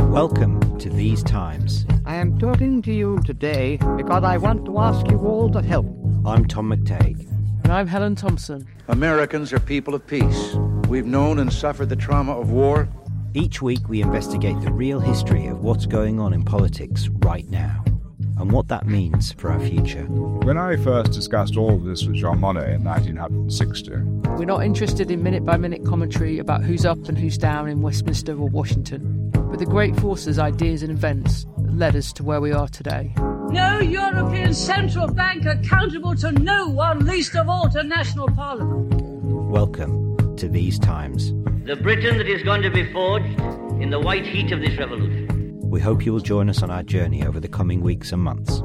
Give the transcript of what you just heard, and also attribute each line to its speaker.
Speaker 1: Welcome to These Times.
Speaker 2: I am talking to you today because I want to ask you all to help.
Speaker 1: I'm Tom McTagg.
Speaker 3: And I'm Helen Thompson.
Speaker 4: Americans are people of peace. We've known and suffered the trauma of war.
Speaker 1: Each week, we investigate the real history of what's going on in politics right now and what that means for our future.
Speaker 5: When I first discussed all this with Jean Monnet in 1960,
Speaker 3: We're not interested in minute by minute commentary about who's up and who's down in Westminster or Washington, but the great forces, ideas, and events that led us to where we are today.
Speaker 6: No European Central Bank accountable to no one, least of all to National Parliament.
Speaker 1: Welcome to These Times.
Speaker 7: The Britain that is going to be forged in the white heat of this revolution.
Speaker 1: We hope you will join us on our journey over the coming weeks and months.